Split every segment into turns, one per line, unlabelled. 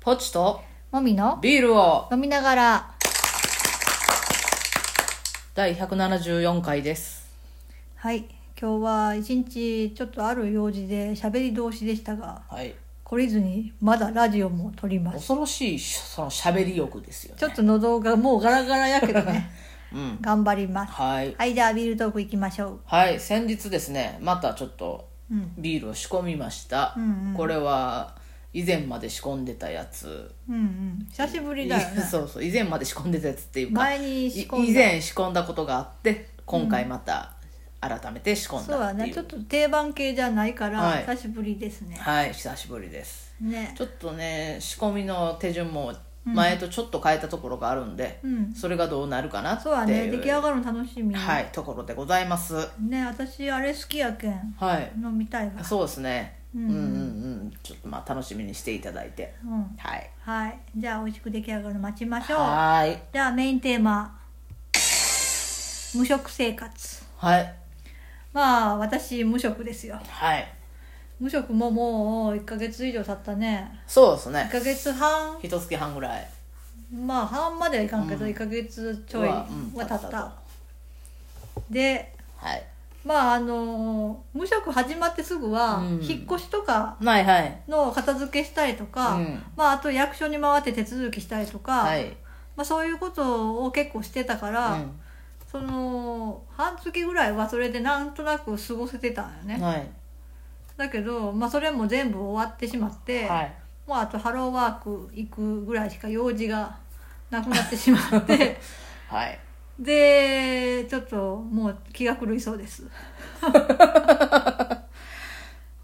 ポチと
もみの
ビールを
飲みながら
第174回です。
はい今日は一日ちょっとある用事で喋り通しでしたが
はい。
懲りずにまだラジオも撮ります
恐ろしいしその喋り欲ですよね。
ちょっと喉が もうガラガラやけどね
うん。
頑張りま す
はい。
はいじゃあビールトークいきましょ
はい。先日ですね、またちょっと
う、うん、
ビールを仕込みました。
うんうん
これは以前まで仕込んでたやつ。
うんうん久しぶりだよね
そうそう。以前まで仕込んでたやつっていうか、
前に仕込んだ
い以前仕込んだことがあって、今回また改めて仕込ん
そう
だ
だ
っていう。
ねちょっと定番系じゃないから、
はい
久しぶりですね
はい、久しぶりです。
ね
ちょっとね仕込みの手順も前とちょっと変えたところがあるんで、
うん
それがどうなるかなってい
そうだね出来上がるの楽しみ、
はい、ところでございます
ね私あれ好きやけん
はい
飲みたいわ
そうですね、
う
うんん、うんうんちょっとまあ楽しみにしていただいて
うん
はい
はいじゃあ美味しく出来上がるの待ちましょう
はーい
じゃあメインテーマ無職生活
はい
まあ私無職ですよ
はい
無職ももう1ヶ月以上経ったね
そうです
1
ね
ヶ月半
一月半ぐらい
まあ半まではいかんけど、
うん
1ヶ月ちょいは
うん
経った,、
経ったと
で
はい
まああの無職始まってすぐは、
うん
引っ越しとか
はいはい
の片付けしたりとか、
うん
まあ、あと役所に回って手続きしたりとか、
はい
まあ、そういうことを結構してたから、
う
その半月ぐらいはそれでなんとなく過ごせてたんよね、
んはい
だけど、まあ、それも全部終わってしまって、
はい
もうあとハローワーク行くぐらいしか用事がなくなってしまって
はい
でちょっともう気が狂いそ うです。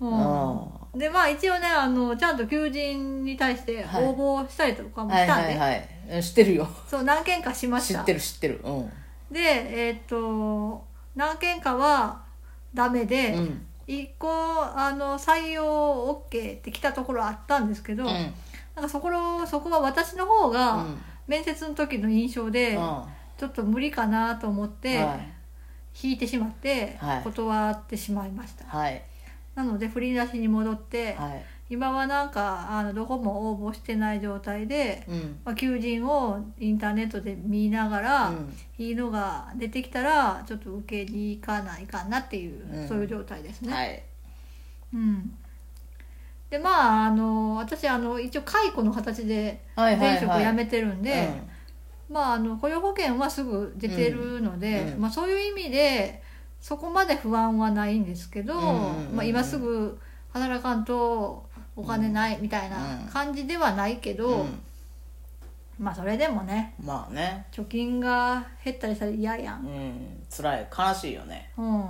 うん
あ
でまあ一応ねあのちゃんと求人に対して応募したりとか
ー
も
は
し
い
たんで、
はいはいうん知ってるよ
そう何件かしまし
知
た
ってる知ってるうん
でえーっと何件かはダメで、
うん
一個あの採用 OK って来たところあったんですけど、
うん
なんかそこのそこは私の方が、
うん
面接の時の印象で、
うん
ちょっと無理かなと思って、
はい
引いてしまって、
はい
断ってしまいました
はい
なので振り出しに戻って、
はい
今はなんかあのどこも応募してない状態で、
うん
まあ、求人をインターネットで見ながら、
うん
いいのが出てきたらちょっと受けに行かないかなっていう、
うん
そういう状態ですね。
はい
うん、でまああの私あの一応解雇の形で
はいはい
前
はい
職辞めてるんで、まああの雇用保険はすぐ出てるので、
うんうん
まあ、そういう意味でそこまで不安はないんですけど、
うんうんうん
まあ、今すぐ働かんとお金ないみたいな感じではないけ
う
ど、
んう
まあそれでもね
んまあね
貯金が減ったりしたら嫌やん
うん辛い悲しいよね
うん、う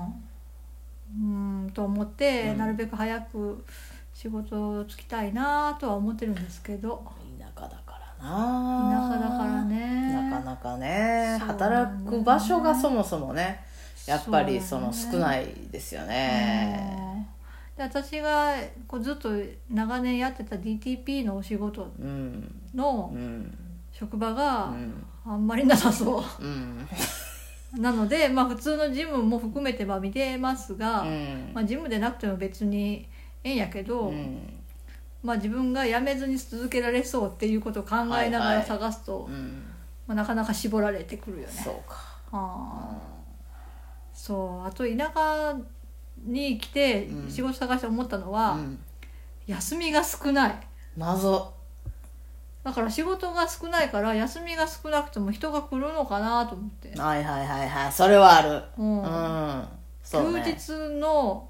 ーんと思って、
うん
なるべく早く仕事をつきたいなとは思ってるんですけど
田舎だから
田
な
舎だからね
なかなかね
そうなんだよね
働く場所がそもそもねやっぱりその
そう
少ないですよね
ねうんで私がこうずっと長年やってた DTP のお仕事
うんう
の
ん
職場
う
が
ん
あんまりなさそう、
うん
なので、まあ、普通のジムも含めては見てますが、
うん
まあ、ジムでなくても別にええんやけど、
うん
まあ、自分が辞めずに続けられそうっていうことを考えなが
はいは
ら
い
探すと、
うん
まあ、なかなか絞られてくるよね。
そうか
あーそうあと田舎に来て
うん
仕事探して思ったのは、
うん
休みが少ない
謎
だから仕事が少ないから休みが少なくても人が来るのかなと思って、
はいはいはいはいそれはある
うん
うんそうね
休日の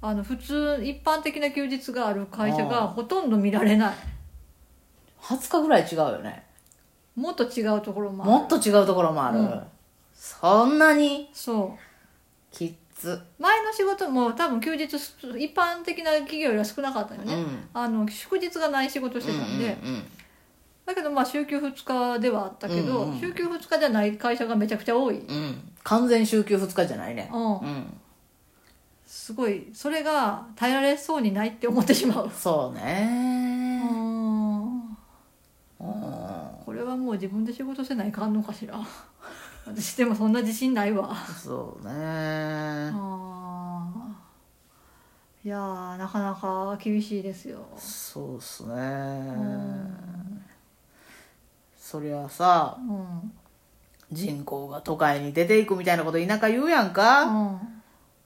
あの普通一般的な休日がある会社が
あー
ほとんど見られない
20日ぐらい違うよね
もっと違うところもある
もっと違うところもある、
うん
そんなに
そう
きっつ
前の仕事も多分休日す一般的な企業よりは少なかったよね、
うん
あの祝日がない仕事してたんで、
うんうんうん
だけどまあ週休2日ではあったけど、
うんうん
週休2日じゃない会社がめちゃくちゃ多い、うん、
うん完全週休2日じゃないねうん
すごいそれが耐えられそうにないって思ってしまう
そう
う
ね
ん
うん
これはもう自分で仕事せないかんのかしら 私でもそんな自信ないわ
そう
あ
ね
ーいやーなかなか厳しいですよ
そうっすね
うん
そりゃさ
うん
人口が都会に出ていくみたいなこと田舎言うやんか、
うん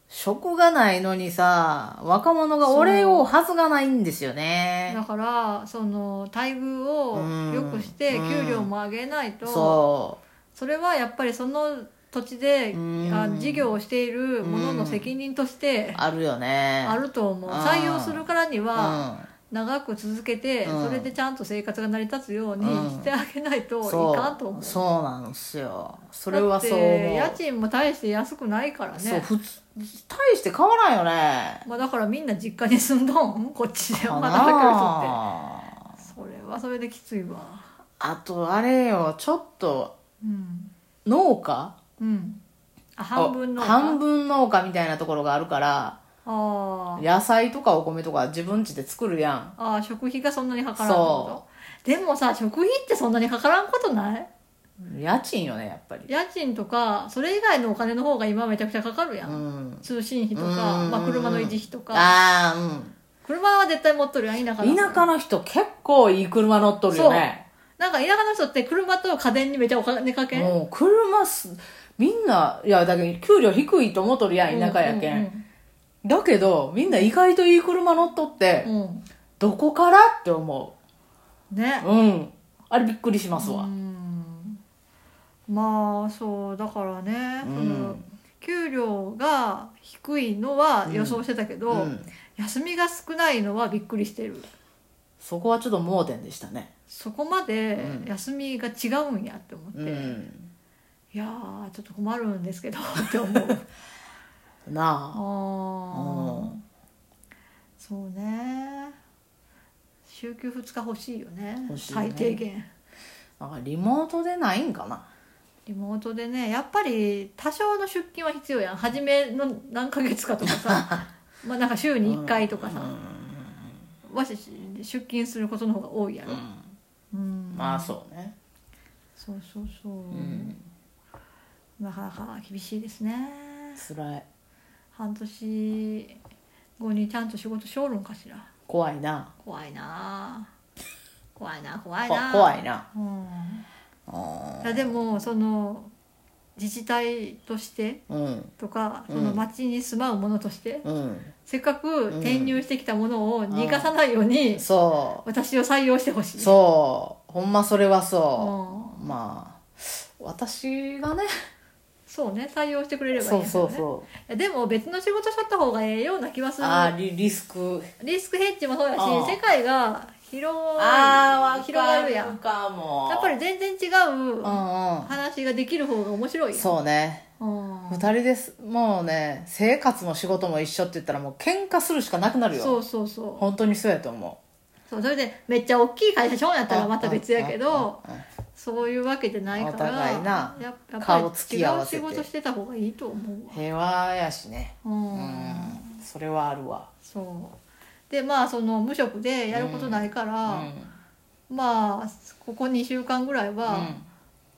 職がないのにさ若者がお礼をはずがないんですよね
だからその待遇
うん
を良くして
うん
給料も上げないと、
そ
それはやっぱりその土地で、
うん
あ事業をしている者の責任と
う
して
あるよね
あると思う、
うん
採用するからには
う
長く続けて、
うん
それでちゃんと生活が成り立つように
うん
してあげないとい
ん、
かんと
そ
思う
う、そうなんですよそれはそう思う
だって家賃も大して安くないから
そう
ね
普通大して変わらんよね
まあ、だからみんな実家に住んどんこっちで
か
働
な
く
あ
人ってそれはそれできついわ
あとあれよちょっと
うん
農家
うんあ半分の
あ半分農家みたいなところがあるから
あー
野菜とかお米とか自分家で作るやん
あー食費がそんなにかからんってことでもさ食費ってそんなにかからんことない
家賃よねやっぱり
家賃とかそれ以外のお金の方が今めちゃくちゃかかるや、
うんん
通信費とか、
うん
まあ、車の維持費とか
ああうん
車は絶対持っとるやん田舎の
田舎の人結構いい車乗っとるよね
なんか田舎の人って車と家電にめちゃお金かけん
もう車すみんないやだけど給料低いと思っとるやん田舎やけん、
うん
だけどみんな意外といい車乗っとって、
うんうん
どこからって思
ね
ううんあれびっくりします
う
わ
んまあそうだからね、
うん
その給料が低いのは予想してたけど、
うん
休みが少ないのはびっくりしてる
そこはちょっと盲点でしたね
そこまで
うん
休みが違うんやって思って、
う
い
ん
やーちょっと困るんで すけどって思う
な
ああ、
うん
そうね週休2日欲しいよね
欲しいね
最低限
あなんかリモートでないんかな
リモートでねやっぱり多少の出勤は必要やん初めの何ヶ月かとか さまあなんか週に1回とかさ、わし出勤することの方が多いや
う
ろ、
ん
うん
まあそうね
そうそうそう、
うん
なかなか厳しいですね
つらい
半年後にちゃんと仕事しょおるんかしら
怖いな
怖いなあ怖いなあ怖い
こ
なあ
怖いな
うん、
あ
いやでもその自治体として
ーうん
とか、
うん
その町に住まう者として
うん
せっかく
うん
転入してきたものを逃がさないように、
そ
私を採用してほし
う
い
そうほんまそれは
う
そ
ん
う、まあ私がね
そうね採用してくれればいい
そう
やけ
そ
ど
う
ね
そ
いやでも別の仕事しとった方がええような気はす
う
る
あーリリスク
リスクヘッジもそうやし
ああ
世界が広
ああ
い広がるやんや
かも
っぱり全然違う
うんうん
話ができる方が面白いやん
そうね
うん
二人ですもうね生活も仕事も一緒って言ったらもう喧嘩するしかなくなるよ
そうそうそう
本当にそうやと思
そうそれでめっちゃ大きい会社ショーンやったらまた別やけど
うんうんうん
そういうわけじゃないから
お互いな
ややっぱ
顔つ
り
き合
違
わ
う
せ
仕
て
事してた方がいいと思うわ
う平和やしね
うん、
うんそれはあるわ
そうでまあその無職でやることないか
う
ら、
ん
まあここ2週間ぐらいは、
う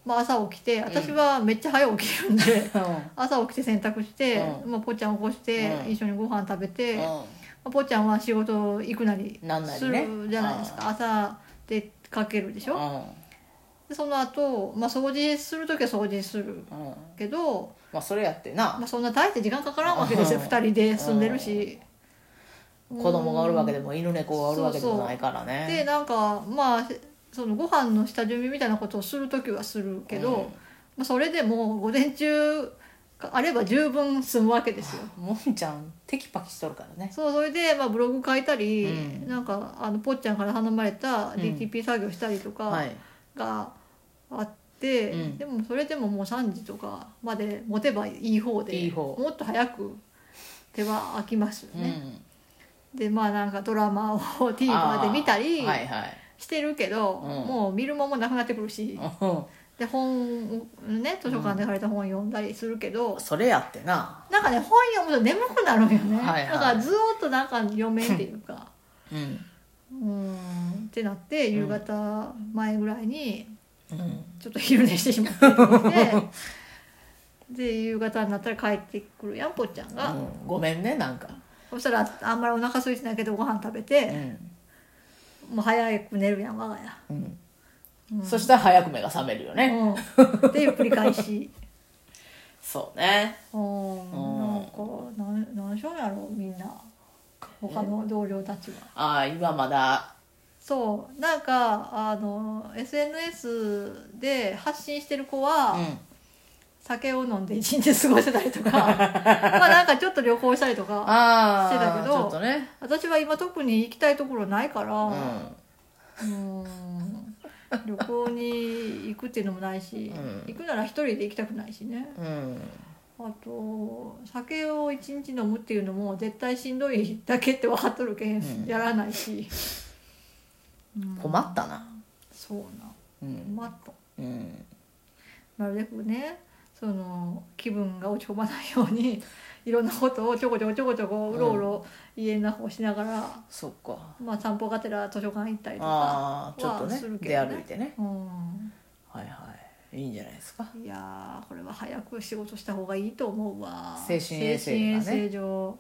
まあ、朝起きて私はめっちゃ早起きるんで、
ん
朝起きて洗濯して、
う
まあ、ぽっちゃん起こして、
うん
一緒にご飯食べて、
う
ま
ん
あ、ぽっちゃんは仕事行くなり
なんなり
す
ね
るじゃないですか、
あ
朝出かけるでしょ、でその後、まあ掃除する時は掃除する
うんうん
けど、
まあそれやってな
まあ、そんな大して時間かからんわけですよ、
うん
二人で住んでるし、うん
子供がおるわけでも犬猫がおるわけでもないからね
でなんかまあそのご飯の下準備みたいなことをする時はするけど、まあ、それでも午前中あれば十分済むわけですよ
うんもみちゃんテキパキしとるからね
そうそれでまあブログ書いたり、
うん
なんかあのぽっちゃんから頼まれ
う
た
ん
DTP 作業したりと
は
か
い
があって、
うん
でもそれでももう3時とかまで持てばいい方で
いい方
もっと早く手は空きますよ
う
ね、
ん
でまあなんかドラマを TVer で見たり
はいはい
してるけど、
うん
もう見る間もなくなってくるし、で本をね図書館で借りた本読んだりするけど、
うんそれやってな
なんかね本読むと眠くなるんよね、
はいはい
だからずーっとなんか読めんっていうか
うん
うーんってなって夕方前ぐらいに
うん
ちょっと昼寝してしまってって 言ってで夕方になったら帰ってくるやんぽっちゃんが、
うんごめんねなんか
そしたらあんまりお腹空いてないけどご飯食べ
う
て、
ん
もう早く寝るやん我が家
うんそしたら早く目が覚めるよね。
うん、で繰り返し
そうね。
うんなんかなん何しょうやろうみんな他の同僚たちは。
ああ、今まだ、
そうなんかあの SNS で発信してる子
う
は、
ん。
酒を飲んで一日過ごしてたり とかまあなんかちょっと旅行したりとか
ああ、
してたけど
ちょっとね。
私は今特に行きたいところないから、
う。
うんーん旅行に行くっていうのもないし、
うん
行くなら一人で行きたくないしね
うん。
あと酒を一日飲むっていうのも絶対しんどいだけって分かっとるけ
う
ん、
ん
やらないし、うん
困ったな。
そうな
うん。
困った
うん。
なるべくねその気分が落ち込まないように いろんなことをちょこちょこちょこちょこうろうろ家の中をしながら、
そっか。
まあ、散歩がてら図書館行ったりとか、
ああ、ちょっとね
はするけ
出
どね
歩いてね。
うん、
はいはい。いいんじゃないですか。
いやーこれは早く仕事した方がいいと思うわ
精神衛生がね
精神衛生上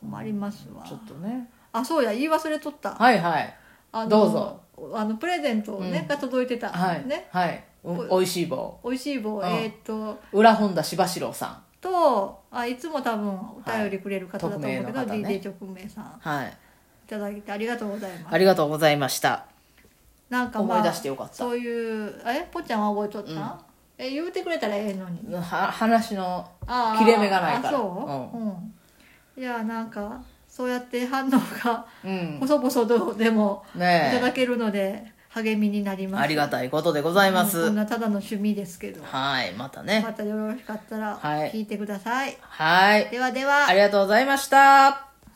困りますわ、
ちょっとね。
あそうや言い忘れとった
はいはい。
あの
どうぞ
あのプレゼントをね、
うん
が届いてた、
はい。
ね
はい。うん美味しい棒。
美味しい棒、
うん
えーっと
裏本田しばしろうさ
とあいつも多分お便りくれる方だと思うけど、
はい匿名の方ね
DJ 直名さん
ん。はい。
いただいてありがとうございます
ありがとうございました。
なんか、まあ、
思い出してよかった。
そういうえぽっちゃんは覚えとった、え言うてくれたらええのに
は話の
ああ
切れ目がないから
あそう、うんいやなんかそうやって反応が
うん
細々とでもいただ
ね
けるので励みになり
え
ます
ありが
とう
たいことでございます、
こんなただの趣味ですけど
はいまたね
またよろしかったら
はい
聞いてください、
はい
ではでは
ありがとうございました